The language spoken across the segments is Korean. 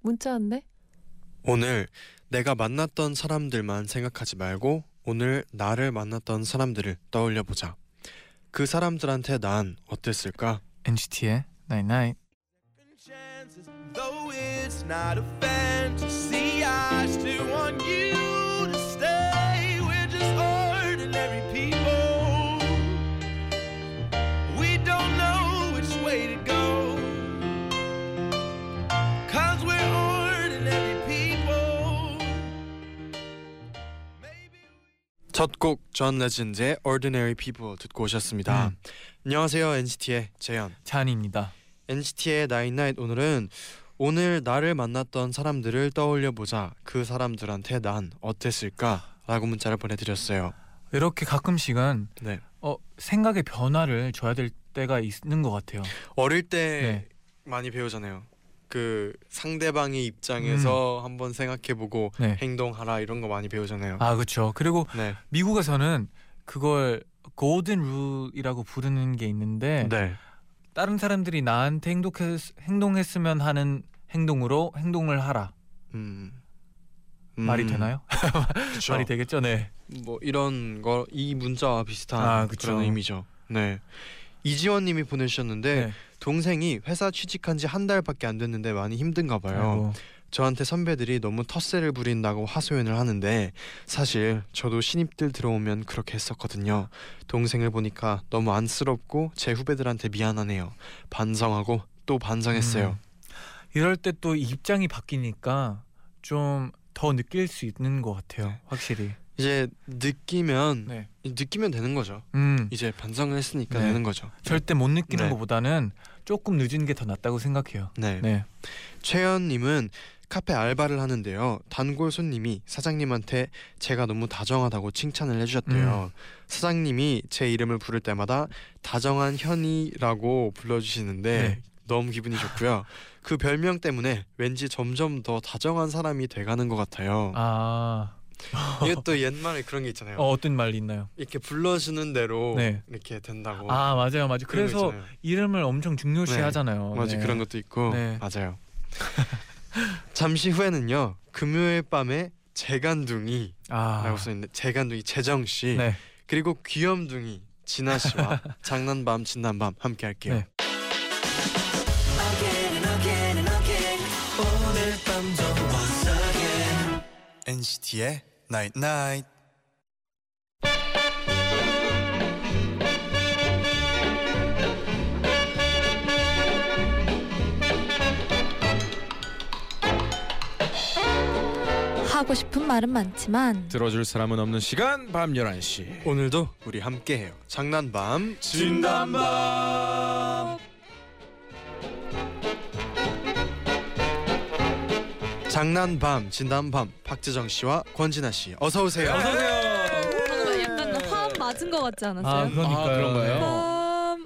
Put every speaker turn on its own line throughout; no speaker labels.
문자 왔네.
오늘 내가 만났던 사람들만 생각하지 말고 오늘 나를 만났던 사람들을 떠올려 보자. 그 사람들한테 난 어땠을까?
NCT의 Night Night.
chances, though it's not a fantasy. I still want you to stay. We're just ordinary people. We don't know which way to go. Cause we're ordinary people. Maybe
첫 곡 존 레전드의 Ordinary People 듣고 오셨습니다.
음.
안녕하세요 NCT의 재현.
찬입니다.
NCT의 나인나잇 오늘은 오늘 나를 만났던 사람들을 떠올려 보자. 그 사람들한테 난 어땠을까?라고 문자를 보내드렸어요.
이렇게 가끔씩은
네.
어, 생각의 변화를 줘야 될 때가 있는 것 같아요.
어릴 때
네.
많이 배우잖아요. 그 상대방의 입장에서 한번 생각해보고
음. 네.
행동하라 이런 거 많이 배우잖아요.
아 그렇죠. 그리고
네.
미국에서는 그걸 골든 룰이라고 부르는 게 있는데
네.
다른 사람들이 나한테 행동했, 행동했으면 하는 행동으로 행동을 하라
음.
말이
음,
되나요?
그쵸.
말이 되겠죠, 네.
뭐 이런 거 이 문자와 비슷한
아, 그쵸.
그런 의미죠. 네. 이지원님이 보내주셨는데
네.
동생이 회사 취직한 지 한 달밖에 안 됐는데 많이 힘든가
아이고.
봐요. 저한테 선배들이 너무 텃세를 부린다고 하소연을 하는데 사실 저도 신입들 들어오면 그렇게 했었거든요. 동생을 보니까 너무 안쓰럽고 제 후배들한테 미안하네요. 반성하고 또 반성했어요.
음. 이럴 때 또 입장이 바뀌니까 좀 더 느낄 수 있는 것 같아요,
네.
확실히.
이제 느끼면
네.
느끼면 되는 거죠.
음,
이제 반성을 했으니까
네.
되는 거죠.
절대 못 느끼는
네.
것보다는 조금 늦은 게 더 낫다고 생각해요.
네.
네.
최연님은 카페 알바를 하는데요. 단골 손님이 사장님한테 제가 너무 다정하다고 칭찬을 해주셨대요.
음.
사장님이 제 이름을 부를 때마다 다정한 현이라고 불러주시는데
네.
너무 기분이 좋고요. 그 별명 때문에 왠지 점점 더 다정한 사람이 돼가는 것 같아요.
아,
이게 또 옛말에 그런 게 있잖아요.
어, 어떤 말이 있나요?
이렇게 불러주는 대로
네.
이렇게 된다고.
아, 맞아요, 맞아요.
어. 그런 거
그래서
있잖아요.
이름을 엄청 중요시하잖아요.
맞아
네.
그런 것도 있고
네.
맞아요. 잠시 후에는요 금요일 밤에 재간둥이
아,
라고 써있는데 재간둥이 재정 씨
네.
그리고 귀염둥이 진아 씨와 장난밤 진난밤 함께 할게요.
네.
Again and again and again 오늘 밤도 once again
NCT의 Night Night.
하고 싶은 말은 많지만
들어줄 사람은 없는 시간 밤 11시
오늘도 우리 함께해요. 장난밤
진단밤
장난밤 진난밤 박재정 씨와 권진아 씨 어서 오세요.
네.
어서오세요
뭔가 아, 약간 화음 맞은 것 같지
아,
않았어요?
그러니까요.
아, 그런 거예요?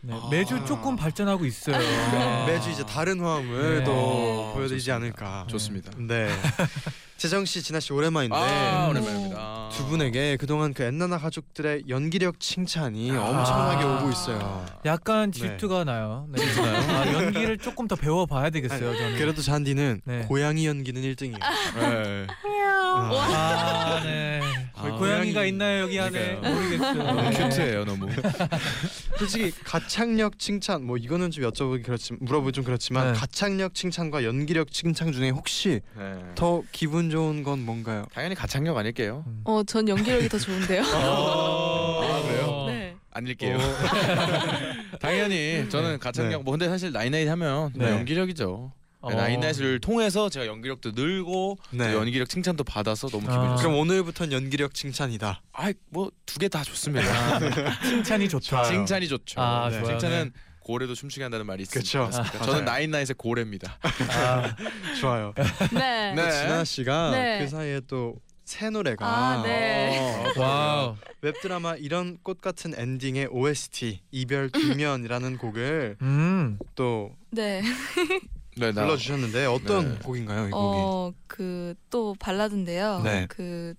음,
네,
아.
매주 조금 발전하고 있어요.
네.
매주 이제 다른 화음을
네.
또
아,
보여드리지
좋습니다.
않을까.
좋습니다
네. 재정 씨, 진아 씨 오랜만인데
아 오랜만입니다
두 분에게 그동안 그 엔나나 가족들의 연기력 칭찬이
아.
엄청나게 오고 있어요.
약간
네.
질투가 나요. 네. 아, 연기를 조금 더 배워봐야 되겠어요. 저는.
그래도 잔디는
네.
고양이 연기는 1등이에요.
네.
아,
아, 네.
아,
고양이가
고양이.
있나요 여기 안에?
그러니까요.
모르겠어요.
너무
네.
큐트해요 너무
솔직히 가창력 칭찬 뭐 이거는 좀 여쭤보기 그렇지만 물어보기 좀 그렇지만
네.
가창력 칭찬과 연기력 칭찬 중에 혹시
네.
더 기분 좋은 건 뭔가요?
당연히 가창력 아닐게요
어, 전 연기력이 더 좋은데요.
어.
아
어.
그래요?
네.
아닐게요 어. 당연히 저는 가창력
네.
뭐 근데 사실 나인나잇 하면
네.
연기력이죠
어.
네, 나인나잇을 통해서 제가 연기력도 늘고
네.
또 연기력 칭찬도 받아서 너무 기분이
아.
좋습니다
그럼 오늘부터는 연기력 칭찬이다.
아이 뭐 두 개 다 좋습니다
칭찬이 좋다.
좋아요.
칭찬이 좋죠
아,
네.
좋아요.
칭찬은
고래도 춤추게 한다는 말이 있습니다.
그쵸.
맞습니까?
아,
저는
맞아요.
나인나잇의 고래입니다.
아,
좋아요.
네.
네.
진아 씨가
네.
그 사이에 또 새 노래가
아,
어.
네.
어, 와우.
웹드라마 이런 꽃 같은 엔딩의 OST 이별 뒷면이라는 곡을
음.
또
네.
네, 나
불러주셨는데 어떤
네.
곡인가요 이 곡이?
어, 그 또 발라드인데요.
네.
그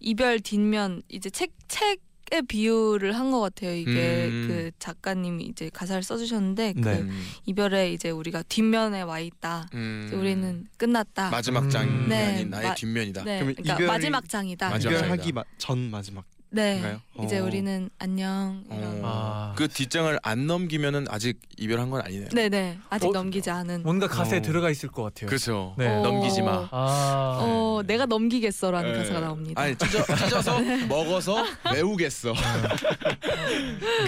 이별 뒷면 이제 책 책의 비유를 한 것 같아요. 이게
음.
그 작가님이 이제 가사를 써주셨는데 그
네.
음,
이별에 이제 우리가 뒷면에 와 있다.
음.
이제 우리는 끝났다.
아. 마지막
음.
장이
네,
아닌 나의
마-
뒷면이다.
네,
그럼
그러니까
이별이-
마지막 장이다.
마지막
이별하기 마- 전 마지막인가요?
네, 이제
어.
우리는 안녕. 이런.
어.
아.
그 뒷장을 안 넘기면은 아직 이별한 건 아니네요.
네, 네, 아직
어?
넘기지 않은.
뭔가 가사에
어.
들어가 있을 것 같아요.
그렇죠.
네.
어.
넘기지 마.
아.
어, 내가 넘기겠어라는
네.
가사가 나옵니다. 네.
아니 찢어, 찢어서 먹어서 외우겠어.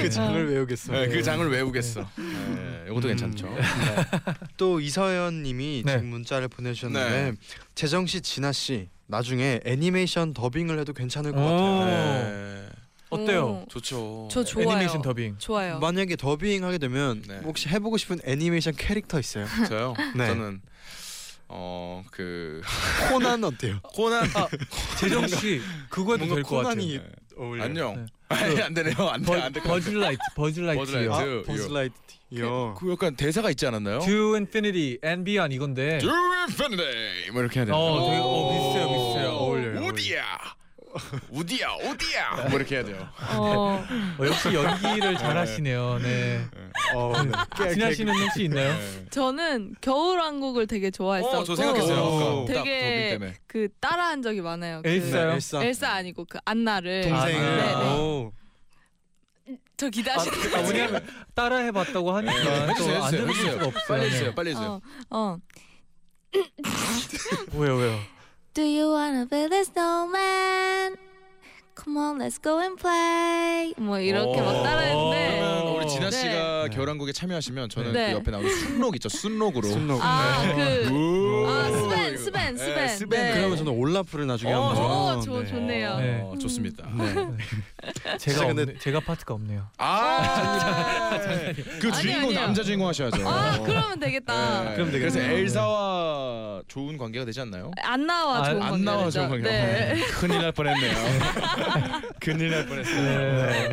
그 장을 외우겠어요.
네, 그 장을 외우겠어. 네, 이것도
음.
괜찮죠.
네. 또 이서연님이
네.
지금 문자를 보내주셨는데 재정 씨, 진아 씨 나중에 애니메이션 더빙을 해도
어.
괜찮을 것
오.
같아요.
네,
어. 어때요?
좋죠.
저 음, 좋아요.
애니메이션 더빙.
좋아요.
만약에 더빙하게 되면
네.
혹시 해보고 싶은 애니메이션 캐릭터 있어요?
저요.
네.
저는 어그
코난 어때요?
코난
재정 씨 그거도
뭔가
될것 같아요.
코난이 네, 어울려.
안녕.
그
아니, 안 되네요. 안 돼.
버-
안 돼.
버즈라이트, 버즈라이트요.
버즈라이트.
아, 버슬라이트요.
그 약간 대사가 있지 않았나요?
To Infinity and Beyond 이건데.
To infinity. 뭐 이렇게 해야 되나?
어, 되게 어, 비슷해요, 비슷해요.
어울려요.
우디야. 우디야. 우디야. 뭐 이렇게 해야 돼요.
어,
어, 역시 연기를 잘하시네요. 네.
어, 네.
진아 씨는 혹시 있나요?
네.
저는 겨울왕국을 되게 좋아했었고
어, 저 생각했어요.
오.
아까
되게-
딱 더빙 때문에.
그 따라한 적이 많아요. 그
엘사. 엘사요?
네, 엘사.
엘사 아니고 그 안나를
동생을.
아, 네, 네.
오.
저 기대하시는
아, 왜냐면 따라 해봤다고 하니까 또
네. 해주세요,
안
해주세요,
들을
해주세요.
수가 없어요. 네.
빨리 해주세요. 빨리 해주세요.
어, 어.
왜요, 왜요?
Do you wanna build a snowman? Come on, let's go and play. 뭐 이렇게 막 따라했는데
어, 그러면 우리 진아
네.
씨가
네.
결혼국에 참여하시면 저는
네.
그 옆에 나오는 순록 있죠. 순록으로.
순록.
아, 그
우.
아, 스벤, 스벤,
네,
스벤.
스벤.
네.
그러면 저는 올라프를 나중에
어,
한번.
오, 좋- 좋네요.
네.
어, 좋습니다.
제가
근데-
없네, 제가 파트가 없네요.
아, 그 주인공
아니에요.
남자 주인공 하셔야죠. 어.
아, 그러면 되겠다.
네.
그럼 되겠네요.
그래서 엘사와 좋은 관계가 되지 않나요?
안 나와
아,
좋은
안
관계죠.
나와 좋은 관계.
네.
큰일 날 뻔했네요. 큰일 날 뻔했어요.
네.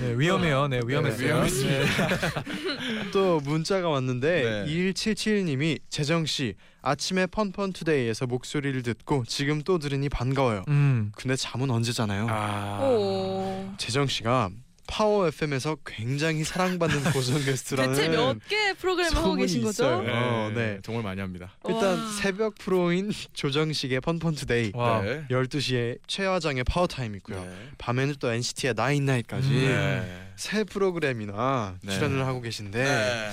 네, 위험해요. 네, 위험했어요.
네, 위험했습니다.
네.
또 문자가 왔는데
네.
2177님이 재정 씨 아침에 펀펀 투데이에서 목소리를 듣고 지금 또 들으니 반가워요.
음.
근데 잠은 언제잖아요.
오.
재정 씨가 파워 FM에서 굉장히 사랑받는 고정 게스트라는
대체 몇 개 프로그램을 하고
소문이
계신 거죠?
있어요.
네,
어, 네.
정말 많이 합니다.
일단
와.
새벽 프로인 조정식의 펀펀 투데이
와.
네.
12시에 최화장의 파워 타임 있고요.
네.
밤에는 또 NCT의 나인나잇까지
음.
네.
새 프로그램이나
네.
출연을 하고 계신데
네.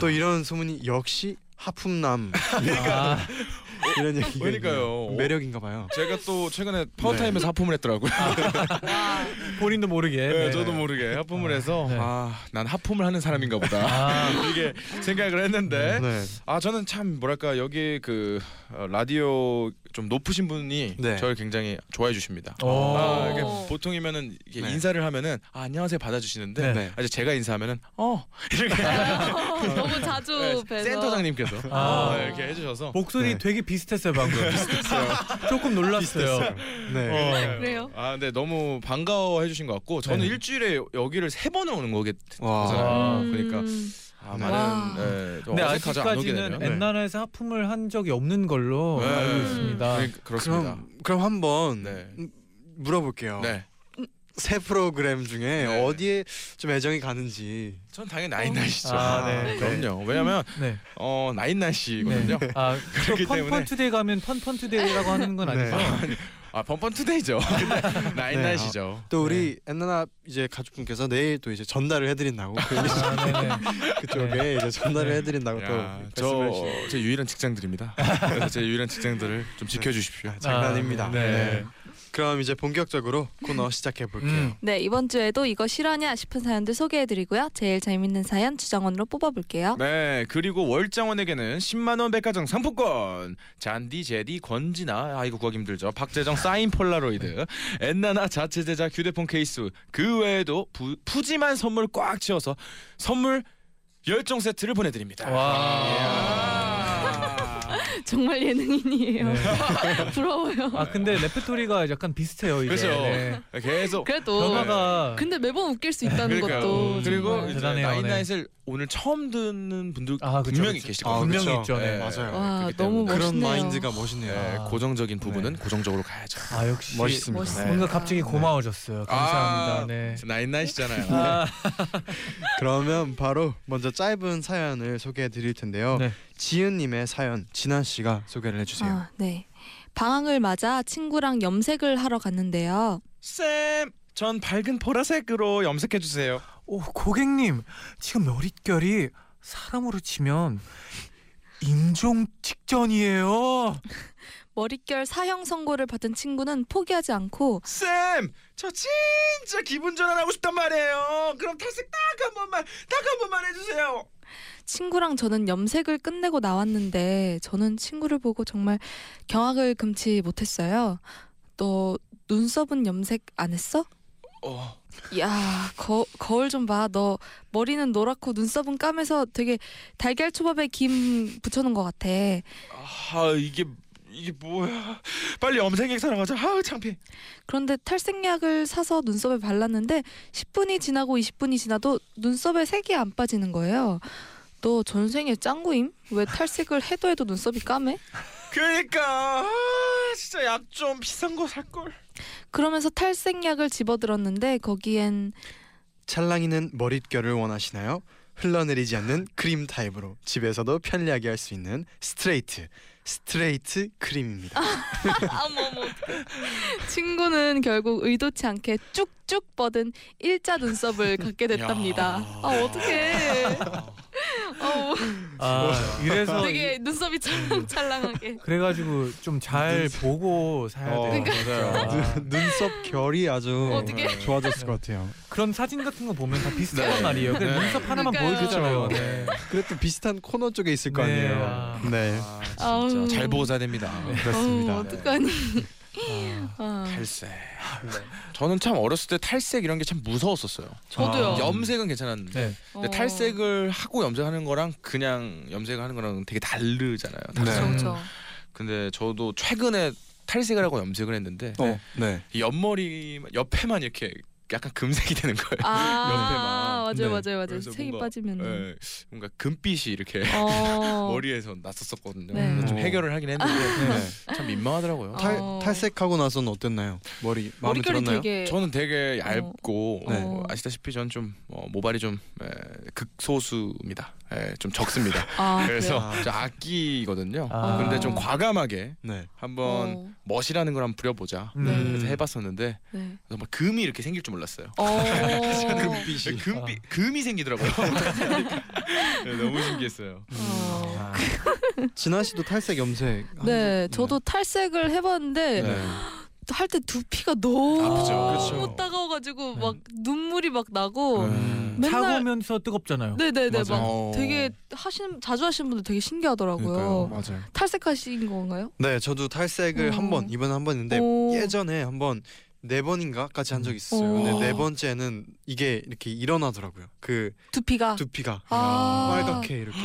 또 이런 소문이 역시 하품남
그러니까
아,
이런 얘기가
그러니까요.
있네요. 매력인가 봐요.
제가 또 최근에 파워타임에서 하품을 했더라고요.
본인도 모르게.
아, 네, 저도 모르게 하품을 해서
네.
아, 난 하품을 하는 사람인가 보다.
아,
이게 생각을 했는데
네.
아 저는 참 뭐랄까 여기 그 어, 라디오 좀 높으신 분이
네.
저를 굉장히 좋아해 주십니다.
오.
아, 이게
오.
보통이면은 이게
네.
인사를 하면은 아, 안녕하세요 받아주시는데
네.
아, 이제 제가 인사하면은 어 이렇게
아, 너무 자주
네,
뵈서
센터장님께서
아.
어, 이렇게 해주셔서
목소리
네.
되게 비슷했어요 방금. 조금 놀랐어요.
네.
어.
그래요?
아 근데 너무 반가워 해주신 것 같고 저는
네.
일주일에 여기를 세 번을 오는 거겠
와.
아,
음.
그러니까 아,
와.
많은 네, 좀
근데
어색하지 않게
아직까지는
되네요.
엔나라에서 하품을 한 적이 없는 걸로
네.
알고
음.
있습니다.
네, 그렇습니다.
그럼 그럼 한번
네.
물어볼게요.
네.
새 프로그램 중에
네.
어디에 좀 애정이 가는지.
전 당연히 나인나이시죠.
아, 네.
그럼요. 왜냐면
네.
어 나인나이시거든요.
네. 아,
그렇기 때문에-
펀펀 투데이 가면 펀펀 투데이라고 하는 건
네.
아니죠?
아 번번 투데이죠. 근데
네.
나인나이시죠.
또 우리 엔나나 이제 가족분께서 내일 또 이제 전달을 해드린다고 그-
아, 네네.
그쪽에 이제 전달을
어,
해드린다고 또 말씀해 주시.
저제 유일한 직장들입니다. 그래서 제 유일한 직장들을 좀 지켜주십시오.
장난입니다.
아,
네.
네.
그럼 이제 본격적으로 코너 시작해 볼게요.
음.
네 이번 주에도 이거 실화냐 싶은 사연들 소개해드리고요. 제일 재밌는 사연 주장원으로 뽑아볼게요.
네 그리고 월장원에게는 10만 원 백화점 상품권, 잔디 제디 권지나 아 이거 구하기 힘들죠. 박재정 사인 폴라로이드, 엔나나 자체 제작 휴대폰 케이스 그 외에도 부, 푸짐한 선물 꽉 채워서 선물 열종 세트를 보내드립니다. 아. 이야.
정말
네.
예능인이에요. 부러워요.
아 근데 레퍼토리가 약간 비슷해요 이게.
그렇죠. 어,
네.
계속
그래도
변화가
근데 매번 웃길 수 있다는
그러니까요.
것도
그리고
정말.
이제
대단해요, 네.
나인나잇을 오늘 처음 듣는 분들
아, 그쵸,
분명히
그쵸.
계실
아,
거예요.
분명히
그쵸.
있죠. 네.
예.
맞아요.
와,
그렇기
너무
때문에
그런
멋있네요.
마인드가 멋있네요.
예,
아.
고정적인 부분은 고정적으로 가야죠.
아 역시
멋있습니다.
멋있어요.
뭔가 갑자기 고마워졌어요. 감사합니다.
네. 아, 네.
네.
나인나잇이잖아요.
아,
그러면 바로 먼저 짧은 사연을 소개해 드릴 텐데요.
네.
지은 님의 사연 진한 씨가 소개를 해 주세요.
아, 네. 방학을 맞아 친구랑 염색을 하러 갔는데요.
쌤, 전 밝은 보라색으로 염색해 주세요.
오 고객님 지금 머릿결이 사람으로 치면 인종 직전이에요.
머릿결 사형 선고를 받은 친구는 포기하지 않고
쌤, 저 진짜 기분 전환하고 싶단 말이에요. 그럼 탈색 딱 한 번만, 딱 한 번만 해주세요.
친구랑 저는 염색을 끝내고 나왔는데 저는 친구를 보고 정말 경악을 금치 못했어요. 너 눈썹은 염색 안 했어?
어,
야, 거, 거울 좀 봐. 너 머리는 노랗고 눈썹은 까매서 되게 달걀 초밥에 김 붙여놓은 것 같아.
아 이게 이게 뭐야? 빨리 염색 액사러 가자. 아 창피.
그런데 탈색약을 사서 눈썹에 발랐는데 10분이 지나고 20분이 지나도 눈썹에 색이 안 빠지는 거예요. 너 전생에 짱구임? 왜 탈색을 해도 해도 눈썹이 까매?
그러니까 아, 진짜 약 좀 비싼 거 살 걸.
그러면서 탈색약을 집어들었는데 거기엔
찰랑이는 머릿결을 원하시나요? 흘러내리지 않는 크림 타입으로 집에서도 편리하게 할 수 있는 스트레이트 스트레이트 크림입니다.
아머머 친구는 결국 의도치 않게 쭉쭉 뻗은 일자 눈썹을 갖게 됐답니다.
야.
아 어떡해. 어,
아 이래서
되게 눈썹이 찰랑찰랑하게.
그래가지고 좀 잘 보고 사야
어,
아,
돼요. 맞아요.
눈- 눈썹 결이 아주
어떻게?
좋아졌을 것 같아요.
그런 사진 같은 거 보면 다 비슷한
네.
말이에요. 그냥
네.
눈썹 하나만
그러니까요.
보여주잖아요. 네.
그래도 비슷한 코너 쪽에 있을 거
네.
아니에요. 네,
아,
아우.
진짜 잘 보고 사야 됩니다.
그렇습니다.
어, 어떡하니.
아,
아,
탈색. 저는 참 어렸을 때 탈색 이런 게 참 무서웠었어요.
저도요.
아.
염색은 괜찮았는데
네.
근데
어.
탈색을 하고 염색하는 거랑 그냥 염색하는 거랑 되게 다르잖아요.
그쵸,
탈색은.
그쵸.
근데 저도 최근에 탈색을 하고 염색을 했는데
어, 네.
이 옆머리 옆에만 이렇게 약간 금색이 되는 거예요.
아,
옆에만.
맞아요,
네.
맞아요, 맞아요.
그래서
색이
뭔가,
빠지면. 은
예, 뭔가 금빛이 이렇게
음. 어.
머리에서 났었었거든요.
네.
음.
근데 좀
어.
해결을 하긴 했는데
네.
참 민망하더라고요.
어.
탈 탈색하고 나선 어땠나요? 머리 마음에
머릿결이
들었나요?
되게
저는 되게 얇고
네.
어, 아시다시피 저는 좀 어, 모발이 좀 에, 극소수입니다. 에, 좀 적습니다.
아, 그래요?
그래서 좀 아끼거든요.
아.
근데 좀 과감하게
네.
한번
어.
멋이라는 걸 한번 부려보자.
음.
네.
그래서 해봤었는데
네.
정말 금이 이렇게 생길 줄 몰랐어요.
어.
금빛이 금빛 금이 생기더라고요. 네, 너무 신기했어요.
어.
아,
진아 씨도 탈색 염색. 하는
네,
거-
저도 탈색을 해봤는데 할 때 두피가 너무
네. 아프죠. 그쵸.
따가워가지고
네.
막 눈물이 막 나고
음.
맨날-
차고면서 뜨겁잖아요.
네네네 막
맞아요.
되게 하시는 자주 하시는 분들 되게 신기하더라고요.
그러니까요.
맞아요.
탈색하신 건가요?
네, 저도 탈색을
오.
한 번 이번에 한 번인데
음. 오.
예전에 한번 네 번인가까지 한 적이 있었어요.
오.
근데 네 번째는 이게 이렇게 일어나더라고요. 그
두피가
두피가
아.
빨갛게 이렇게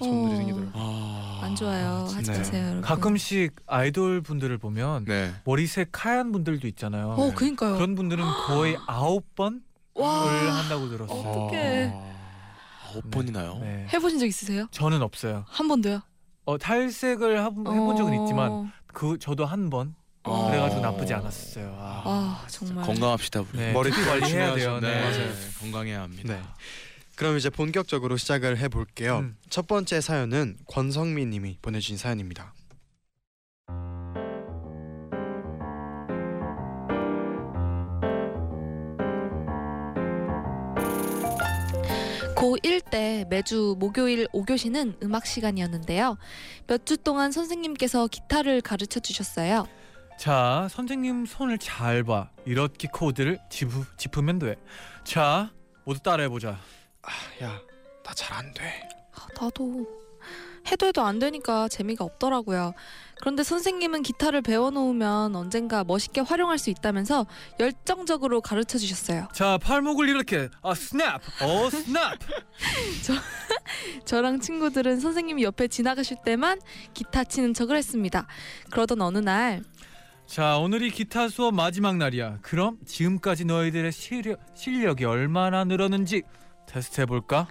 점들이
어.
생기더라고요. 아. 네.
안 좋아요. 하지
진짜요.
마세요, 여러분.
가끔씩 아이돌 분들을 보면
네.
머리색 하얀 분들은 있잖아요.
어, 그니까요.
그런 분들은 거의 아홉 번을
와,
한다고 들었어요.
아,
어떡해.
몇
어.
번이나요?
네.
해보신 적 있으세요?
저는 없어요.
한 번도요?
어, 탈색을 하- 어, 해본 적은 있지만 그 저도 한 번.
어.
그래가지고 나쁘지 않았어요. 아.
아 정말
건강합시다 우리.
네.
머리
두피 관리해야 돼요.
중요하죠.
네,
네.
맞아요. 건강해야 합니다.
네. 그럼 이제 본격적으로 시작을 해볼게요.
음.
첫 번째 사연은 권성민님이 보내주신 사연입니다.
고1 때 매주 목요일 5교시는 음악 시간이었는데요. 몇 주 동안 선생님께서 기타를 가르쳐 주셨어요.
자, 선생님 손을 잘 봐. 이렇게 코드를 짚으, 짚으면 돼. 자, 모두 따라해보자.
야, 나 잘 안 돼.
아, 나도 해도 해도 안 되니까 재미가 없더라고요. 그런데 선생님은 기타를 배워놓으면 언젠가 멋있게 활용할 수 있다면서 열정적으로 가르쳐 주셨어요.
자, 팔목을 이렇게. 아, 스냅. 어, 스냅.
저랑 친구들은 선생님이 옆에 지나가실 때만 기타 치는 척을 했습니다. 그러던 어느 날
자 오늘이 기타 수업 마지막 날이야 그럼 지금까지 너희들의 실력, 실력이 얼마나 늘었는지 테스트 해볼까?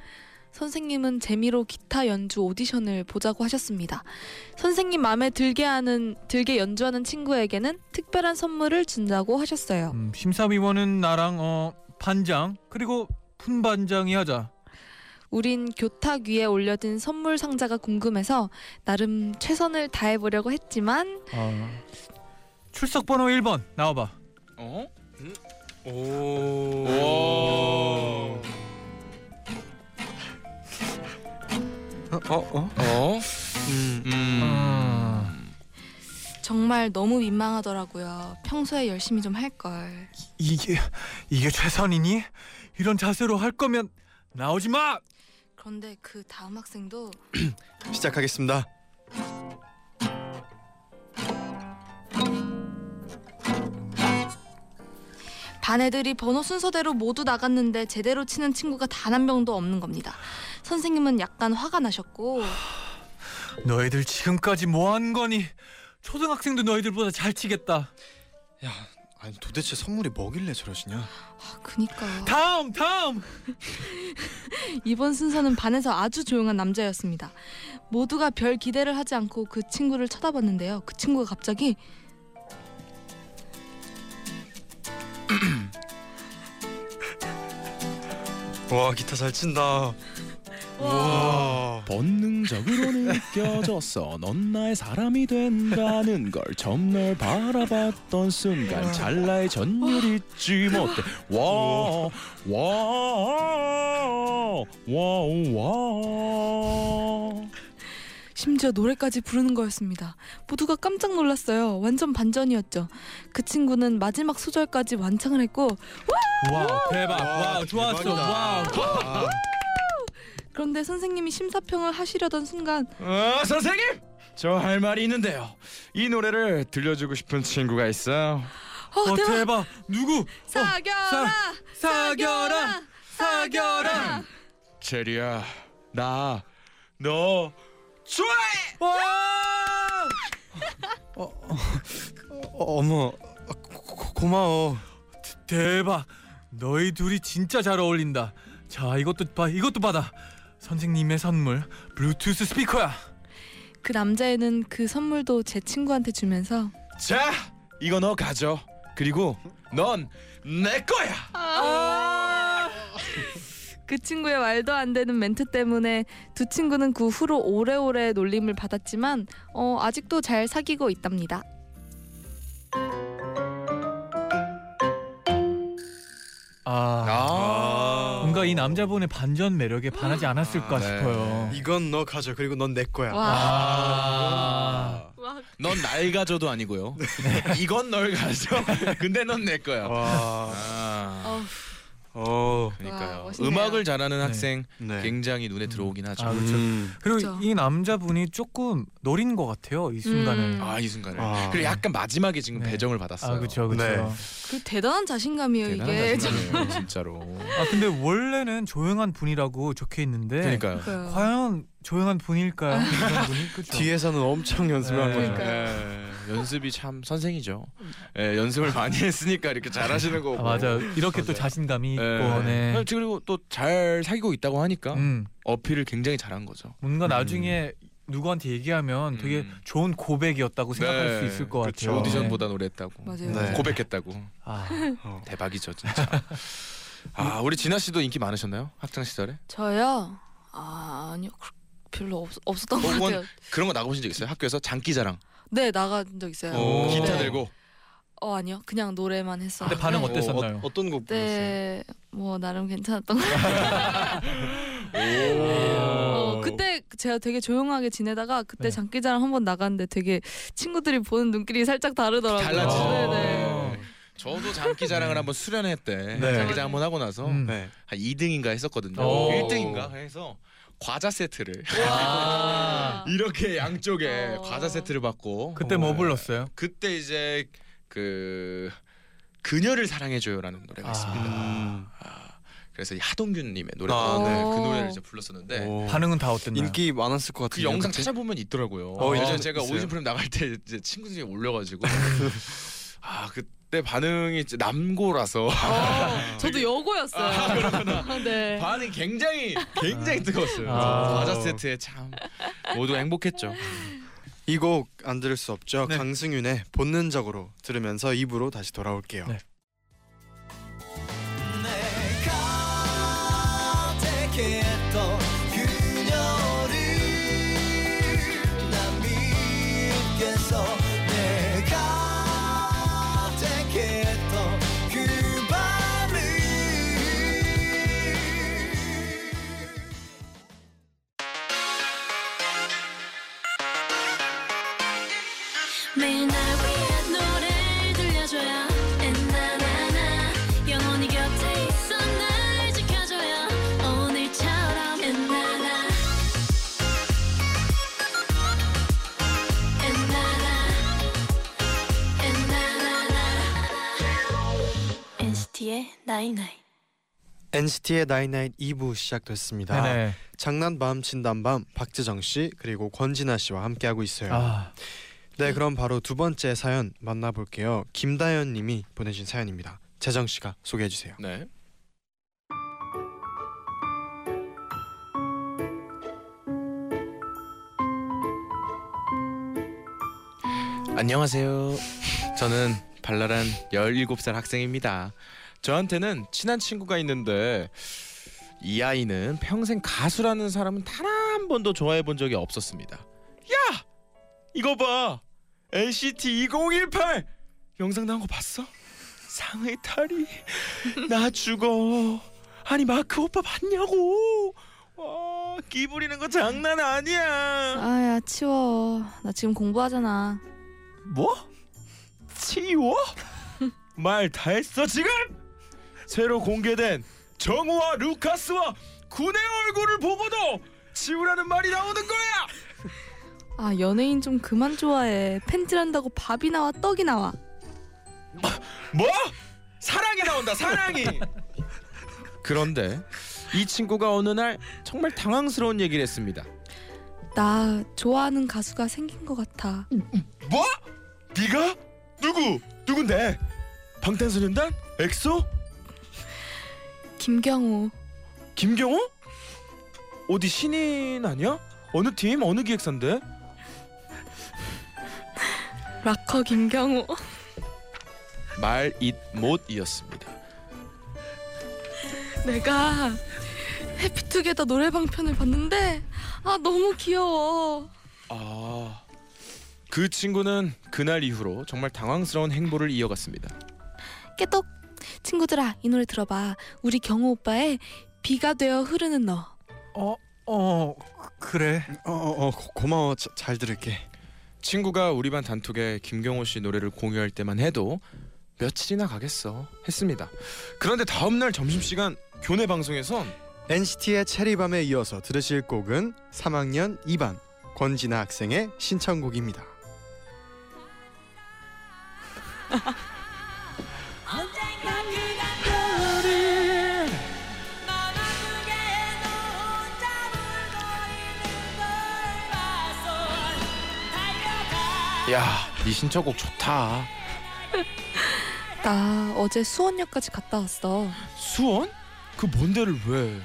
선생님은 재미로 기타 연주 오디션을 보자고 하셨습니다. 선생님 마음에 들게 하는 들게 연주하는 친구에게는 특별한 선물을 준다고 하셨어요.
음, 심사위원은 나랑 어 반장 그리고 품반장이 하자
우린 교탁 위에 올려진 선물 상자가 궁금해서 나름 최선을 다해 보려고 했지만
어, 출석 번호 1번 나와봐
어?
오. 어, 어?
어?
음.
음.
음.
정말 너무 민망하더라고요. 평소에 열심히 좀 할 걸.
이게 이게 최선이니? 이런 자세로 할 거면 나오지 마!
그런데 그 다음 학생도
시작하겠습니다.
반 애들이 번호 순서대로 모두 나갔는데 제대로 치는 친구가 단 한 명도 없는 겁니다. 선생님은 약간 화가 나셨고
너희들 지금까지 뭐 한 거니? 초등학생도 너희들보다 잘 치겠다
아니 도대체 선물이 뭐길래 저러시냐?
아, 그니까
다음 다음
이번 순서는 반에서 아주 조용한 남자였습니다. 모두가 별 기대를 하지 않고 그 친구를 쳐다봤는데요. 그 친구가 갑자기
와 기타 잘 친다. 와.
본능적으로 느껴졌어 넌 나의 사람이 된다는 걸 처음 널 바라봤던 순간 찰나의 전율 잊지 못해 와와와와
심지어 노래까지 부르는 거였습니다. 모두가 깜짝 놀랐어요. 완전 반전이었죠. 그 친구는 마지막 소절까지 완창을 했고
와우 대박 와우 좋았어
대박이다.
와우
아,
그런데 선생님이 심사평을 하시려던 순간
어, 선생님! 저 할 말이 있는데요. 이 노래를 들려주고 싶은 친구가 있어요.
어,
어,
대박!
대박 누구? 어,
사겨라!
사겨라 사겨라
제리야, 나, 너, 좋아해!
와
어, 머 고, 마워
대박 너희 둘이 진짜 잘 어울린다 자 이것도 봐 이것도 받아 선생님의 선물 블루투스 스피커야
그 남자애는 그 선물도 제 친구한테 주면서
자, 이거 너 가져. 그리고 넌 내 거야!
그 친구의 말도 안 되는 멘트 때문에 두 친구는 그 후로 오래오래 놀림을 받았지만 어, 아직도 잘 사귀고 있답니다.
아 뭔가 이 남자분의 반전 매력에 반하지 않았을까
아,
네.
싶어요
이건 너 가져. 그리고 넌 내 거야.
와,
아
와.
넌 날 가져도 아니고요. 이건 널 가져. 근데 넌 내
어.
거야.
와.
아,
어우,
어.
와,
그러니까요.
멋있네요.
음악을 잘하는
네.
학생
네.
굉장히 눈에 들어오긴 하죠.
아,
아,
그렇죠.
음.
그리고
그쵸.
이 남자분이 조금 노린 것 같아요 이 순간을
음.
이 순간에.
아.
그리고 약간 마지막에 지금
네.
배정을 받았어요.
아 그렇죠 그렇죠
네.
그 대단한 자신감이에요 이게.
대단한 자신감이에요, 진짜로.
아 근데 원래는 조용한 분이라고 적혀 있는데
그러니까요.
그러니까요.
과연 조용한 분일까요
아.
이런 분이 그렇죠
뒤에서는 엄청 연습을 한
네.
거죠.
그러니까요.
예, 연습이 참 선생이죠. 예, 연습을 많이 했으니까 이렇게 잘하시는 거고.
아, 맞아 이렇게 또 자신감이 있고
예.
네.
그리고 또 잘 사귀고 있다고 하니까
음.
어필을 굉장히 잘한 거죠.
뭔가 나중에 누구한테 얘기하면 되게
음.
좋은 고백이었다고 생각할 수 있을 것
그렇죠.
같아요.
오디션보다 노래했다고.
맞아요.
네.
고백했다고.
아, 음.
대박이죠, 진짜. 아, 우리 진아 씨도 인기 많으셨나요? 학창 시절에?
저요? 아 아니요 그- 별로 없, 없었던 것
혹은
같아요.
어, 그런 거 나가보신 적 있어요? 학교에서 장기자랑.
네 나간 적 있어요.
오.
기타
네.
들고.
어 아니요 그냥 노래만 했어요.
근데 반응 어땠었나요?
어, 떤곡 불렀어요?
그때 뭐 나름 괜찮았던 것 같아요. 어, 그때 제가 되게 조용하게 지내다가 그때
네.
장기자랑 한 번 나갔는데 되게 친구들이 보는 눈길이 살짝 다르더라고요.
달라지죠.
네네.
네. 어.
저도 장기자랑을 한번 수련했대.
네.
장기자랑 한번 하고 나서
음.
네.
한 2등인가 했었거든요.
오.
1등인가 해서 과자 세트를 아.
와.
이렇게 양쪽에
어.
과자 세트를 받고
아. 그때
어.
뭐 불렀어요?
그때 이제 그 그녀를 사랑해줘요라는 노래가
아.
있습니다.
음.
아, 그래서 이 하동균님의 노래
아,
네.
그 노래를 이제
네.
불렀었는데
오.
반응은 다 어땠나요?
인기 많았을 것
그
같은데.
영상 찾아보면 있더라고요.
어,
예전에
있어요.
제가
있어요.
오디션 프로그램 나갈 때 이제 친구 중에 올려가지고 아 그때 반응이 이제 남고라서
어, 저도 여고였어요.
아,
네.
반응 이 굉장히 굉장히 뜨거웠어요.
아.
과자 세트에 참 모두 행복했죠.
이 곡 안 들을 수 없죠.
네.
강승윤의 본능적으로 들으면서 2부로 다시 돌아올게요.
네.
내가 택했던 그녀를 난 믿겠어 내가 택했던 그 밤을
매일 날 위해 노래를 들려줘요 엔나나나 영원히 곁에 있어 날 지켜줘요 오늘처럼 엔나나 엔나나 엔나나나 NCT의 나이나이
NCT의 나인나잇 2부 시작됐습니다.
네네.
장난밤 진단밤 박재정 씨 그리고 권진아 씨와 함께하고 있어요.
아,
네, 그럼 바로 두 번째 사연 만나볼게요. 김다연 님이 보내준 사연입니다. 재정 씨가 소개해 주세요.
네. 안녕하세요. 저는 발랄한 17살 학생입니다. 저한테는 친한 친구가 있는데 이 아이는 평생 가수라는 사람은 단 한 번도 좋아해 본 적이 없었습니다. 야! 이거 봐. NCT 2018 영상 나온 거 봤어? 상의 탈이 나 죽어. 아니 마크 오빠 봤냐고. 와, 끼 부리는 거 장난 아니야.
아야 치워. 나 지금 공부하잖아.
뭐? 치워? 말 다 했어 지금? 새로 공개된 정우와 루카스와 군의 얼굴을 보고도 치우라는 말이 나오는 거야.
아 연예인 좀 그만 좋아해. 팬티한다고 밥이 나와 떡이 나와.
뭐? 사랑이 나온다 사랑이. 그런데 이 친구가 어느 날 정말 당황스러운 얘기를 했습니다.
나 좋아하는 가수가 생긴 것 같아.
뭐? 네가? 누구? 누군데? 방탄소년단? 엑소?
김경호.
김경호? 어디 신인 아니야? 어느 팀 어느 기획사인데?
락커 김경호.
말잇못 이었습니다.
내가 해피투게더 노래방 편을 봤는데 아 너무 귀여워.
아. 그 친구는 그날 이후로 정말 당황스러운 행보를 이어갔습니다.
깨똑 친구들아 이 노래 들어봐. 우리 경호 오빠의 비가 되어 흐르는 너.
어, 어, 그래.
어, 어, 어 고, 마워 자, 잘 들을게.
친구가 우리 반 단톡에 김경호 씨 노래를 공유할 때만 해도 며칠이나 가겠어 했습니다. 그런데 다음 날 점심 시간 교내 방송에선
NCT의 체리밤에 이어서 들으실 곡은 3학년 2반 권진아 학생의 신청곡입니다.
언젠가 그가 떠오를 널 아프게 해도 혼자 울거리는 걸 봐서 달려가
야, 네 신청곡 좋다.
나 어제 수원역까지 갔다 왔어.
수원? 그 뭔데를 왜?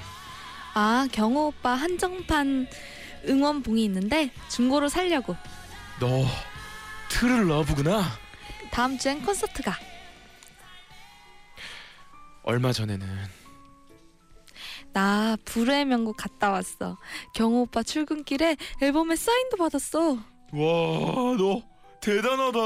아 경호 오빠 한정판 응원봉이 있는데 중고로 살려고.
너 트를 러브구나.
다음 주엔 콘서트가.
얼마 전에는
나 불후의 명곡 갔다 왔어. 경호 오빠 출근길에 앨범에 사인도 받았어.
와, 너 대단하다.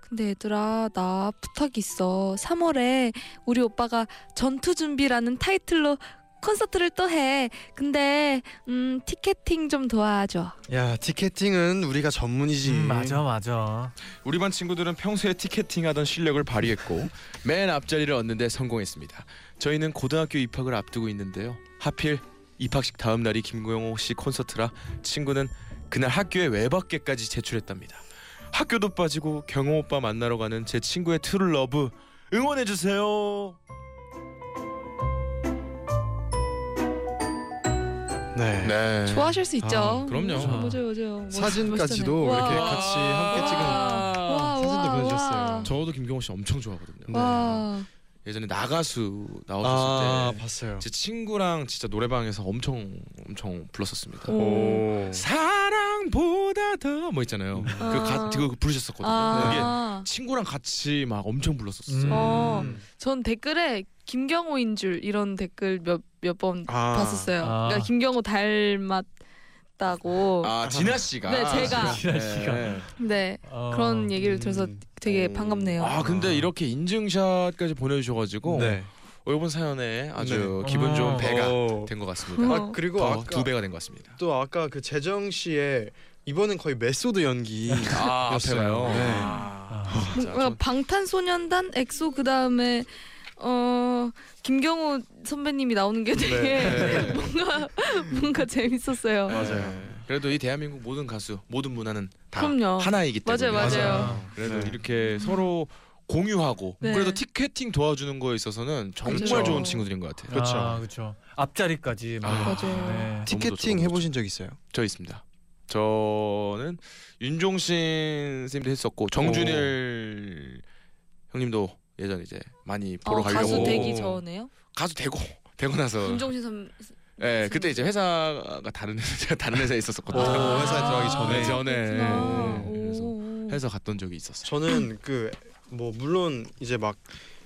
근데 얘들아 나 부탁이 있어. 3월에 우리 오빠가 전투 준비라는 타이틀로 콘서트를 또 해. 근데 음 티켓팅 좀 도와줘.
야, 티켓팅은 우리가
예.
전문이지.
음, 맞아, 맞아.
우리 반 친구들은 평소에 티켓팅하던 실력을 발휘했고 맨 앞자리를 얻는데 성공했습니다. 저희는 고등학교 입학을 앞두고 있는데요. 하필 입학식 다음 날이 김고영호 씨 콘서트라 친구는 그날 학교에 외박계까지 제출했답니다. 학교도 빠지고 경호 오빠 만나러 가는 제 친구의 트루 러브 응원해 주세요.
네.
네.
좋아하실 수 있죠. 음,
아,
그럼요.
맞아요, 맞아요. 멋-
사진까지도
멋있잖아요.
이렇게
와.
같이 함께 찍은
와,
사진도
와,
보내주셨어요.
와.
저도 김경호 씨 엄청 좋아하거든요.
네.
와.
예전에 나가수 나오셨을
아,
때
봤어요.
제 친구랑 진짜 노래방에서 엄청 엄청
그,
불렀었습니다.
오.
네.
오.
사랑보다 더 뭐 있잖아요.
아.
그 가, 그거 부르셨었거든요.
아,
그게 친구랑 같이 막 엄청
음.
불렀었어요.
어. 전 댓글에 김경호인 줄 이런 댓글 몇 몇 번
아.
봤었어요.
아.
그러니까 김경호 닮았다고.
아 진아 씨가
네, 제가.
진아 씨가.
네.
네
아.
어.
그런 얘기를 들어서
음.
되게
어.
반갑네요.
아 근데 이렇게 인증샷까지 보내주셔가지고
네.
어, 이번 사연에 아주
네.
기분 좋은
아.
배가
오.
된 것 같습니다.
어.
아 그리고
더
아까
두 배가 된 것 같습니다.
또 아까 그 재정 씨의 이번엔 거의 메소드 연기.
아 앞에
그랬어요.
봐요.
네.
아, 진짜
뭔가
전-
방탄소년단 엑소 그 다음에 어 김경호 선배님이 나오는 게 되게
네.
뭔가 뭔가 재밌었어요.
맞아요.
네. 그래도 이 대한민국 모든 가수 모든 문화는 다
그럼요.
하나이기 때문에
맞아요, 맞아요.
그래도
네.
이렇게 서로 공유하고
네.
그래도 티켓팅 도와주는 거에 있어서는 정말
그렇죠.
좋은 친구들인 것 같아요.
그렇죠.
아, 그렇죠. 앞자리까지. 막.
아.
맞아요.
네.
티켓팅
너무 좋죠, 너무
해보신 적 있어요?
저 있습니다. 저는 윤종신 선생님도 했었고 정준일 형님도 예전 이제 많이 보러
어,
가려고 어.
가수 되기 전에요?
가수 되고 되고 나서
김종신 선.
예 그때 이제 회사가 다른 회사 다른 회사에 있었었거든요. 네,
오, 회사에 들어가기
전에. 전에.
그렇구나.
네, 그래서
아, 오.
회사 갔던 적이 있었어요.
저는 그 뭐 물론 이제 막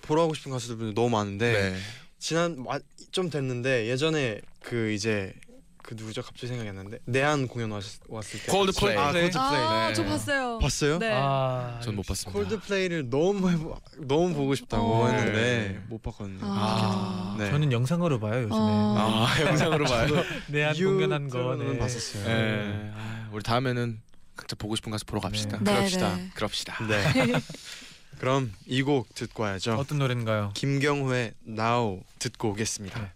보러 가고 싶은 가수들 너무 많은데
네.
지난 마- 좀 됐는데 예전에 그 이제 그 누구죠 갑자기 생각이 안 나는데 내한 공연 왔, 왔을 때
콜드플레이.
아 콜드플레이
아,
네.
저 봤어요.
봤어요?
네.
아,
전 못 봤습니다.
콜드플레이를 너무 해보, 너무 보고 싶다고
어.
했는데
네.
못 봤거든요.
아.
네.
저는 영상으로 봐요 요즘에.
아.
아 영상으로 봐요.
내한
이유
공연한 거.
때문에는
네.
봤었어요.
예. 아, 우리 다음에는 각자 보고 싶은 가수 보러 갑시다.
네.
그럽시다.
네, 네.
그럽시다.
네. 그럼 이 곡 듣고 와야죠.
어떤 노래인가요?
김경호의 Now 듣고 오겠습니다.
네.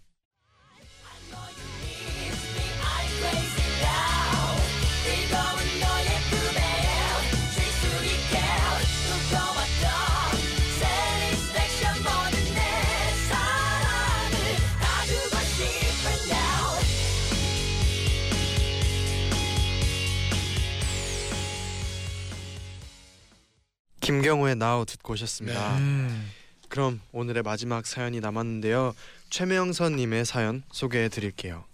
김경호의 Now 듣고 오셨습니다.
음.
그럼 오늘의 마지막 사연이 남았는데요. 최명선 님의 사연 소개해 드릴게요.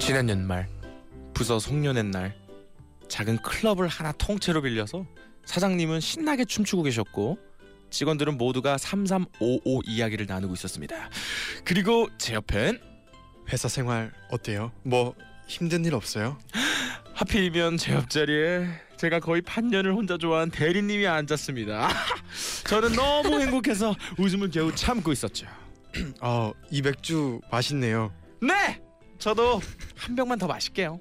지난 연말 부서 송년회 날 작은 클럽을 하나 통째로 빌려서 사장님은 신나게 춤추고 계셨고 직원들은 모두가 3355 이야기를 나누고 있었습니다. 그리고 제 옆엔
회사 생활 어때요? 뭐 힘든 일 없어요?
하필이면 제 옆자리에 제가 거의 반년을 혼자 좋아한 대리님이 앉았습니다. 저는 너무 행복해서 웃음을 겨우 참고 있었죠.
아, 이 맥주 맛있네요.
네! 저도 한 병만 더 마실게요.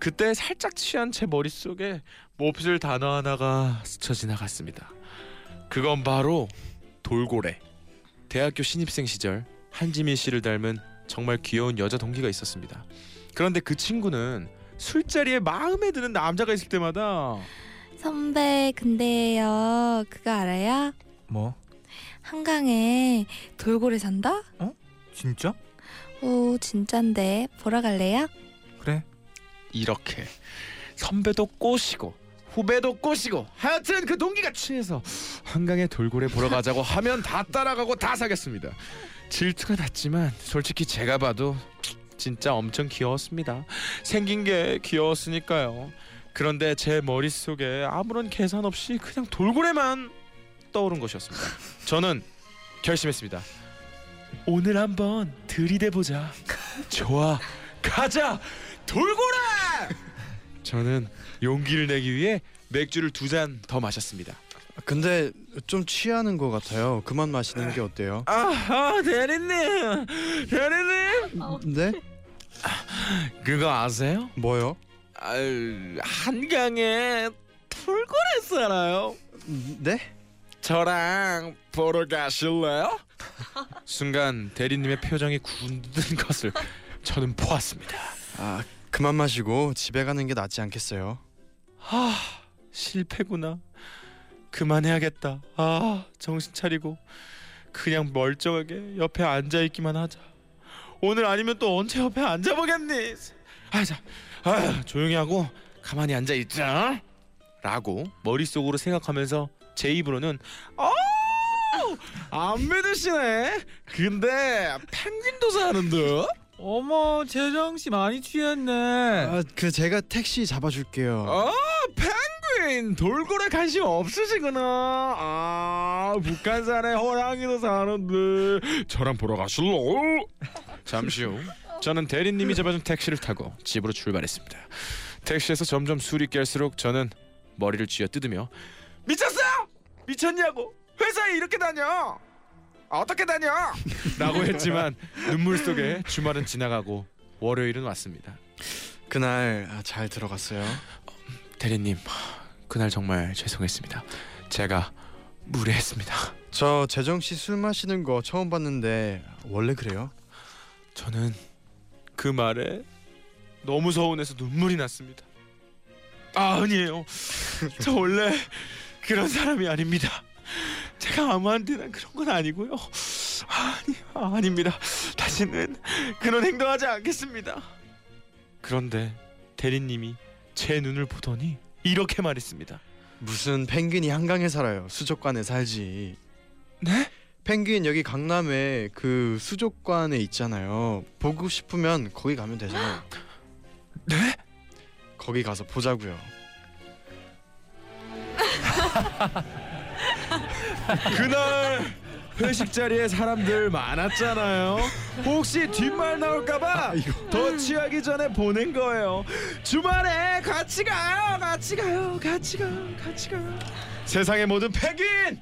그때 살짝 취한 제 머릿속에 몹쓸 단어 하나가 스쳐 지나갔습니다. 그건 바로 돌고래. 대학교 신입생 시절 한지민 씨를 닮은 정말 귀여운 여자 동기가 있었습니다. 그런데 그 친구는 술자리에 마음에 드는 남자가 있을 때마다
선배 근데요 그거 알아요?
뭐?
한강에
돌고래 산다?
진짜?
오 진짠데 보러 갈래요?
그래.
이렇게 선배도 꼬시고 후배도 꼬시고 하여튼 그 동기가 취해서 한강에 돌고래 보러 가자고 하면 다 따라가고 다 사겠습니다. 질투가 났지만 솔직히 제가 봐도 진짜 엄청 귀여웠습니다. 생긴 게 귀여웠으니까요. 그런데 제 머릿속에 아무런 계산 없이 그냥 돌고래만 떠오른 것이었습니다. 저는 결심했습니다. 오늘 한번 들이대보자. 좋아. 가자. 돌고래! 저는 용기를 내기 위해 맥주를 두 잔 더 마셨습니다.
근데 좀 취하는 것 같아요. 그만 마시는 게 어때요?
아, 아 대리님, 대리님.
네?
그거 아세요?
뭐요?
아, 한강에 돌고래 살아요.
네?
저랑 보러 가실래요? 순간 대리님의 표정이 굳은 것을 저는 보았습니다.
아, 그만 마시고 집에 가는 게 낫지 않겠어요?
실패구나. 그만해야겠다. 아, 정신 차리고 그냥 멀쩡하게 옆에 앉아 있기만 하자. 오늘 아니면 또 언제 옆에 앉아 보겠니? 아, 자, 아, 조용히 하고 가만히 앉아 있자. 라고 머릿속으로 생각하면서 제 입으로는 어! 안 믿으시네. 근데 펭귄도 사는 듯.
어머 재정 씨 많이 취했네.
아그 제가 택시 잡아줄게요.
어, 펭귄 돌고래 관심 없으시구나. 아, 북한산에 호랑이도 사는데 저랑 보러 가실로? 잠시 후 저는 대리님이 잡아준 택시를 타고 집으로 출발했습니다. 택시에서 점점 술이 깰수록 저는 머리를 쥐어뜯으며 미쳤어요? 미쳤냐고 회사에 이렇게 다녀? 아, 어떻게 다녀? 라고 했지만 눈물 속에 주말은 지나가고 월요일은 왔습니다.
그날 아, 잘 들어갔어요.
대리님 그날 정말 죄송했습니다. 제가 무례했습니다.
저 재정 씨 술 마시는 거 처음 봤는데 원래 그래요?
저는 그 말에 너무 서운해서 눈물이 났습니다. 아, 아니에요. 저 원래 그런 사람이 아닙니다. 제가 아무한테나 그런 건 아니고요. 아니, 아, 아닙니다. 다시는 그런 행동하지 않겠습니다. 그런데 대리님이 제 눈을 보더니 이렇게 말했습니다.
무슨 펭귄이 한강에 살아요. 수족관에 살지. 네? 펭귄 여기 강남에 그 수족관에 있잖아요. 보고 싶으면 거기 가면 되잖아요.
네?
거기 가서 보자고요.
그날 회식 자리에 사람들 많았잖아요. 혹시 뒷말 나올까봐 더 취하기 전에 보낸 거예요. 주말에 같이 가요, 같이 가요, 같이 가요, 같이 가요. 세상의 모든 펭귄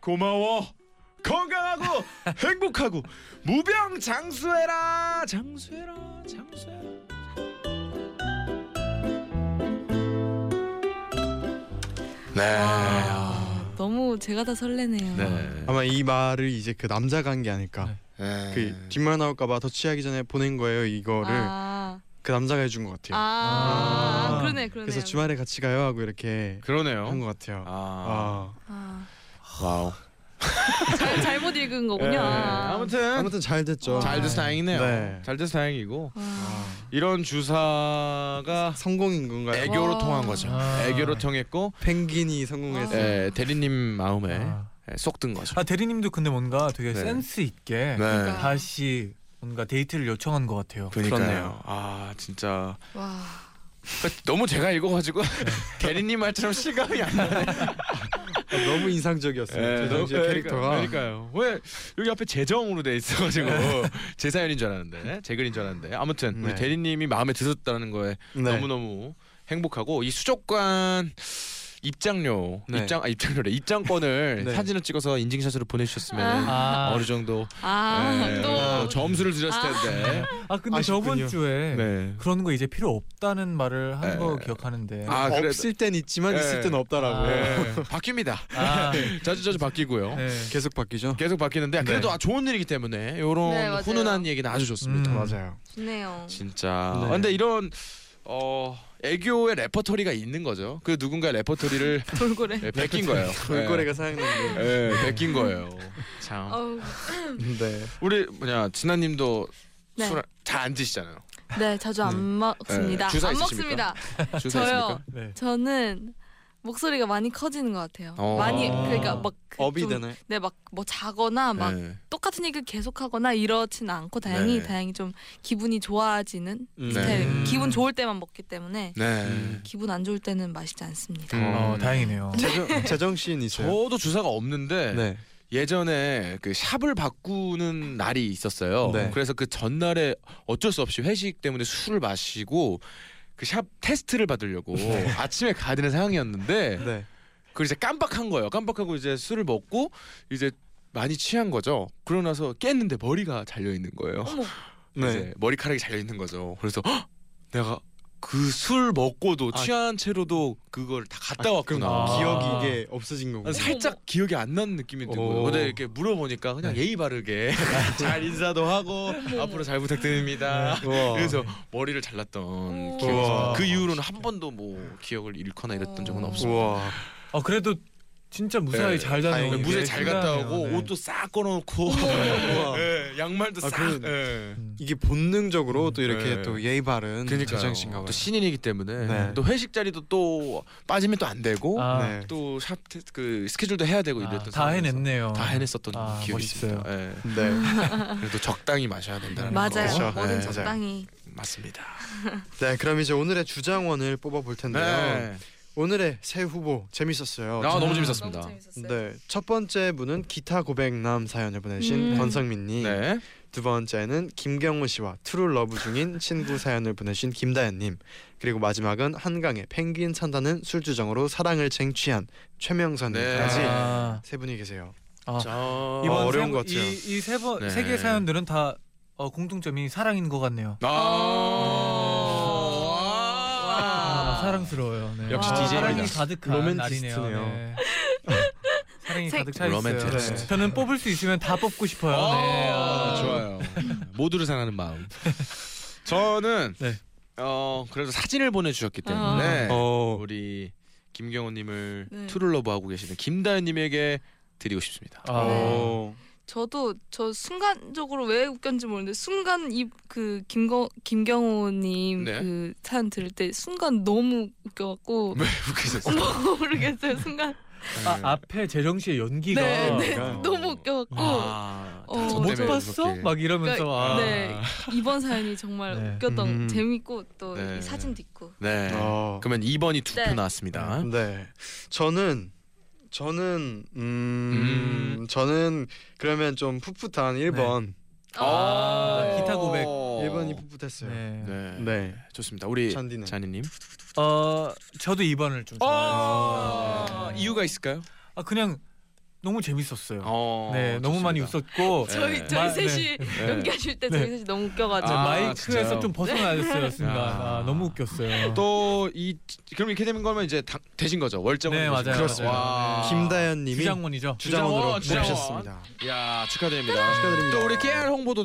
고마워. 건강하고 행복하고 무병장수해라, 장수해라, 장수해라.
와, 너무 제가 다 설레네요.
아마 이 말을 이제 그 남자가 한 게 아닐까.
네.
그 뒷말 나올까봐 더 취하기 전에 보낸 거예요. 이거를
아,
그 남자가 해준 것
아,
같아요.
아, 그러네, 그러네.
그래서 주말에 같이 가요 하고 이렇게 한
그러네요.
것 같아요.
아,
아.
아,
와우.
잘, 잘못 읽은 거군요.
예,
아.
아무튼
아무튼 잘 됐죠.
잘 돼서 다행이네요.
네.
잘 돼서 다행이고
와.
이런 주사가
성공인 건가요?
애교로
와.
통한 거죠.
아.
애교로 통했고
펭귄이 성공했어요.
예, 대리님 마음에 예,
아.
쏙 든 거죠.
아 대리님도 근데 뭔가 되게
네.
센스 있게
네.
그러니까.
다시 뭔가 데이트를 요청한 것 같아요.
그러니까요.
그렇네요.
아 진짜
와.
그러니까 너무 제가 읽어가지고
네.
대리님 말처럼 실감이 안 나요.
너무 인상적이었어요. 재정 씨의 네, 캐릭터가
네, 그러니까요. 왜 여기 앞에 재정으로 돼 있어가지고 제 사연인 줄 알았는데 제 글인 줄 알았는데 아무튼 우리
네.
대리님이 마음에 드셨다는 거에 너무 너무 행복하고 이 수족관 입장료
네.
입장 아 입장료래 입장권을
네.
사진을 찍어서 인증샷으로 보내주셨으면
아,
어느 정도
아,
예,
또.
점수를 드렸을 텐데
아 근데 저번
아쉽군요.
주에
네.
그런 거 이제 필요 없다는 말을 한 거
예.
기억하는데.
아 그래
없을 땐 있지만
네.
있을 땐 없다라고
아.
예, 바뀝니다
아,
자주 자주 바뀌고요
네.
계속 바뀌죠.
계속 바뀌는데 그래도
네.
아, 좋은 일이기 때문에 이런
네, 맞아요.
훈훈한 얘기는 아주 좋습니다
음.
맞아요.
좋네요.
진짜
네.
아, 근데 이런 어 애교의 레퍼토리가 있는 거죠 그 누군가 레퍼토리를
돌고래.
예, 베낀 거예요
돌고래가 사용되는
예,
게.
예, 베낀 거예요 참
어우.
네.
우리 뭐냐 진아님도
네.
술잘안 드시잖아요.
네, 자주 안 먹습니다.
네, 주사
안
있으십니까?
먹습니다.
주사 있습니까?
저요.
네.
저는 목소리가 많이 커지는 것 같아요.
어.
많이 그러니까 막그
업이
좀-
되나요?
네, 막 뭐 자거나 막
네.
똑같은 얘기를 계속하거나 이렇진 않고 다행히
네.
다행히 좀 기분이 좋아지는
음.
네.
스타일.
음.
네. 기분 좋을 때만 먹기 때문에
네.
음.
기분 안 좋을 때는 마시지 않습니다.
음.
어 다행이네요.
재정 재정 씨는 있어요.
저도 주사가 없는데
네.
예전에 그 샵을 바꾸는 날이 있었어요.
네.
그래서 그 전날에 어쩔 수 없이 회식 때문에 술을 마시고 그 샵 테스트를 받으려고 아침에 가야 되는 상황이었는데
네.
그걸 이제 깜빡한 거예요. 깜빡하고 이제 술을 먹고 이제 많이 취한 거죠. 그러고 나서 깼는데 머리가 잘려 있는 거예요.
어머.
네.
이제 머리카락이 잘려 있는 거죠. 그래서 헉! 내가
그 술 먹고도
아.
취한 채로도 그걸 다 갔다
그럼
왔구나.
아.
기억이 이게 없어진 거고.
아, 살짝 기억이 안 나는 느낌이
오. 네.
들고요. 근데 이렇게 물어보니까 그냥 예의 바르게 잘 인사도 하고 앞으로 잘 부탁드립니다.
우와.
그래서 머리를 잘랐던
오.
기억이
우와.
있어요. 그 이후로는 한 번도 뭐 기억을 잃거나 이랬던
어.
적은 없습니다.
우와.
아 그래도 진짜 무사히
네,
잘 다녀오고
다행이네요.
무대 잘 갔다 오고
네.
옷도 싹 꺼놓고 예, 양말도
어. 아,
싹.
그러네.
예.
음.
이게 본능적으로 또 이렇게
네.
또 예의 바른
그러니까요.
자장신가
또
봐요.
신인이기 때문에
네.
또 회식 자리도 또 빠지면 또 안 되고
아,
네.
또 샵 그 스케줄도 해야 되고
아,
이랬던
다
상황에서
해냈네요.
다 해냈었던
아,
기억이
멋있어요.
있습니다. 예.
네.
그래도 적당히 마셔야 된다는
음. 맞아요.
거.
그렇죠.
뭐든
네,
적당히.
맞습니다.
네, 그럼 이제 오늘의 주장원을 뽑아 볼 텐데요.
네.
오늘의 새 후보 재밌었어요. 음.
아 너무
너무
재밌었습니다.
네, 첫 번째 분은 기타 고백남 사연을 보내신
음.
권성민님,
네.
두 번째는 김경호 씨와 트루 러브 중인 친구 사연을 보내신 김다연님, 그리고 마지막은 한강에 펭귄 산다는 술주정으로 사랑을 쟁취한 최명선님까지
네.
아,
세 분이 계세요.
아,
저...
이번-
어,
어려운 것 같아요.
네.
이세번세 개의 사연들은 다 어, 공통점이 사랑인 것 같네요.
아.
아,
와.
사랑스러워요. 네.
역시
와,
DJ 입니다.
사랑이 가득한
로맨티스트네요.
날이네요. 네. 사랑이
색-
가득 차
로맨티스트.
있어요. 네. 저는 뽑을 수 있으면 다 뽑고 싶어요. 네.
아,
아.
좋아요. 모두를 사랑하는 마음. 저는
네. 아.
어 그래도 사진을 보내주셨기 때문에
어,
우리 김경호님을
네.
트롤러브 하고 계시는 김다현님에게 드리고 싶습니다.
아.
어,
저도 저 순간적으로 왜 웃겼는지 모르는데 순간 이 그 김거 김경호님
네.
그 사연 들을 때 순간 너무 웃겨갖고
왜 웃기셨어요?
모르겠어요 순간
네.
아, 앞에 재정 씨의 연기가
네,
네.
너무 웃겨갖고
어. 아,
어,
다
못
못
때문에
봤어?
그렇게.
막 이러면서
그러니까,
아.
네 이번 사연이 정말
네.
웃겼던
음.
재밌고 또 이
네.
사진도 있고
네.
아.
어.
그러면 2번이 두 표
네.
나왔습니다.
네. 저는 저는 음,
음.
저는 그러면 좀 풋풋한 1번.
아, 기타 고백.
1번이 풋풋했어요. 네. 예.
네.
네. 좋습니다. 우리
찬디는
잔이님.
어, 저도 2번을 좀 좋아해요. 네.
아, 이유가 있을까요?
아, 그냥 너무 재밌었어요.
어,
네, 너무
좋습니다.
많이 웃었고
저희
네.
저희
마-
셋이
네.
연기하실 때
네.
저희 셋이 너무
저
웃겨가지고
아,
마이크에서
진짜요?
좀 벗어나졌어요 순간.
아.
아, 너무 웃겼어요.
또이 그럼 이렇게 되는 거면 이제 당, 되신 거죠 월정은
네, 맞아요,
그렇습니다.
아.
김다현 님이
주장원이죠.
주장원으로
주장원,
뽑으셨습니다.
야 축하드립니다.
축하드립니다.
또 우리 깨알 홍보도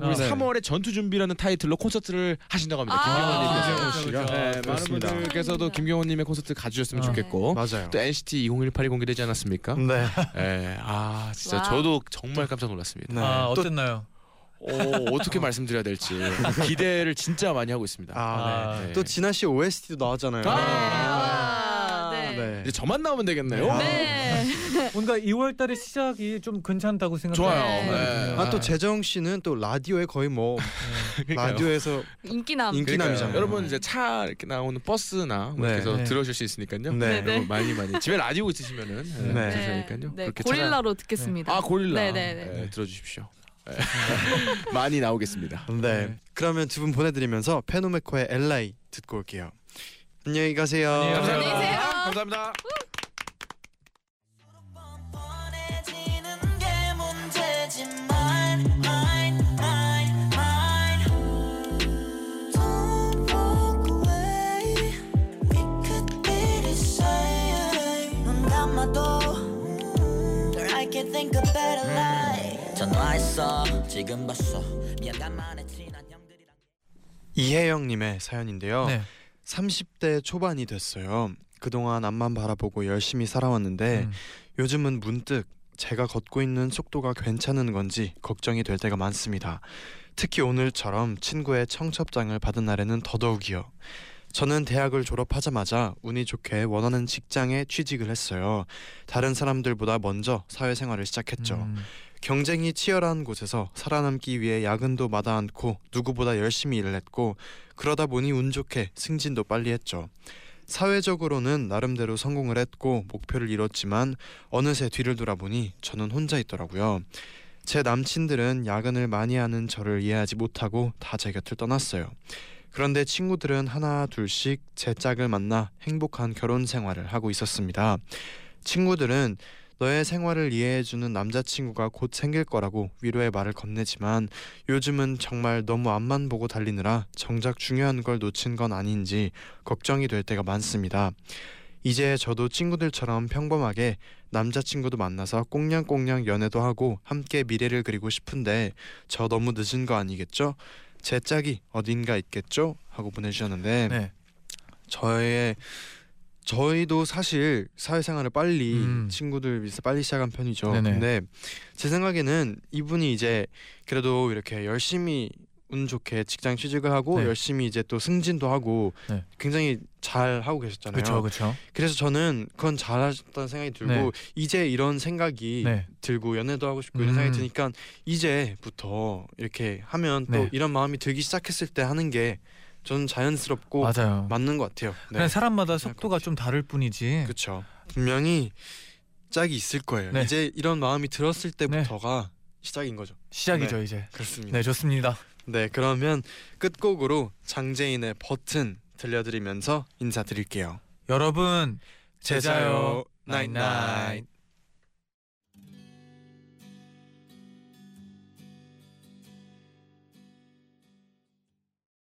어.
우리
네.
3월에 전투 준비라는 타이틀로 콘서트를 하신다고 합니다.
아,
김경호님께서.
그렇죠, 그렇죠.
네, 많은
그렇습니다.
분들께서도 김경호님의 콘서트 가주셨으면
아.
좋겠고
맞아요.
또 NCT 2018이 공개되지 않았습니까?
네.
예, 아 진짜
와우.
저도 정말 깜짝 놀랐습니다.
네.
아,
또
어땠나요?
어, 어떻게 말씀드려야 될지 기대를 진짜 많이 하고 있습니다.
아, 네.
아,
네.
또 진아 씨 OST도 나왔잖아요.
아, 네.
네.
이제 저만 나오면 되겠네요.
아.
네.
뭔가 2월 달의 시작이 좀 괜찮다고 생각해요.
네.
좋아요. 네.
아 또 재정 씨는 또 라디오에 거의 뭐
네.
그러니까요.
라디오에서
인기남.
인기-
그러니까요.
인기남이잖아요.
여러분 이제 차 이렇게 나오는 버스나 뭐
네.
이렇게 해서
네.
들으실 수
네.
있으니까요.
네.
여러분 많이 많이 집에 라디오 있으시면은 네.
네.
그러니까요.
네,
그렇게 찾아...
고릴라로 듣겠습니다.
아 고릴라.
네, 네, 네.
네, 들어주십시오. 네. 많이 나오겠습니다.
네.
네.
그러면 두 분 보내드리면서 페노메코의 엘라이 듣고 올게요. 안녕히 가세요.
안녕히 가세요.
네.
안녕히 계세요.
감사합니다.
뻔뻔해지는 게 문제지만 mine mine mine Don't walk away We could be the same 눈 감아도 널 I can think of better life 전화했어 지금 봤어 미안한 만에 친한 형들이랑
이혜영님의 사연인데요.
네.
30대 초반이 됐어요. 그동안 앞만 바라보고 열심히 살아왔는데
음.
요즘은 문득 제가 걷고 있는 속도가 괜찮은 건지 걱정이 될 때가 많습니다. 특히 오늘처럼 친구의 청첩장을 받은 날에는 더더욱이요. 저는 대학을 졸업하자마자 운이 좋게 원하는 직장에 취직을 했어요. 다른 사람들보다 먼저 사회생활을 시작했죠.
음.
경쟁이 치열한 곳에서 살아남기 위해 야근도 마다 않고 누구보다 열심히 일을 했고 그러다 보니 운 좋게 승진도 빨리 했죠. 사회적으로는 나름대로 성공을 했고 목표를 이뤘지만 어느새 뒤를 돌아보니 저는 혼자 있더라고요. 제 남친들은 야근을 많이 하는 저를 이해하지 못하고 다 제 곁을 떠났어요. 그런데 친구들은 하나 둘씩 제 짝을 만나 행복한 결혼 생활을 하고 있었습니다. 친구들은 너의 생활을 이해해주는 남자친구가 곧 생길 거라고 위로의 말을 건네지만 요즘은 정말 너무 앞만 보고 달리느라 정작 중요한 걸 놓친 건 아닌지 걱정이 될 때가 많습니다. 이제 저도 친구들처럼 평범하게 남자친구도 만나서 꽁냥꽁냥 연애도 하고 함께 미래를 그리고 싶은데 저 너무 늦은 거 아니겠죠? 제 짝이 어딘가 있겠죠? 하고 보내주셨는데
네.
저의 저희도 사실 사회생활을 빨리
음.
친구들 비슷 빨리 시작한 편이죠.
네네.
근데 제 생각에는 이분이 이제 그래도 이렇게 열심히 운 좋게 직장 취직을 하고
네.
열심히 이제 또 승진도 하고
네.
굉장히 잘 하고 계셨잖아요.
그렇죠, 그렇죠.
그래서 저는 그건 잘하셨다는 생각이 들고
네.
이제 이런 생각이
네,
들고 연애도 하고 싶고
음.
이런 생각이 드니까 이제부터 이렇게 하면 또
네.
이런 마음이 들기 시작했을 때 하는 게 저는 자연스럽고
맞아요.
맞는 것 같아요.
그냥 사람마다 속도가
생각해보죠.
좀 다를 뿐이지.
네. 그렇죠. 분명히 짝이 있을 거예요.
네.
이제 이런 마음이 들었을 때부터가 시작인 거죠.
시작이죠, 이제.
네. 그렇습니다.
네,
네.
좋습니다.
그러면 끝곡으로 장재인의 버튼 들려드리면서 인사드릴게요.
여러분, 제자요.
나잇나잇.
나잇나잇.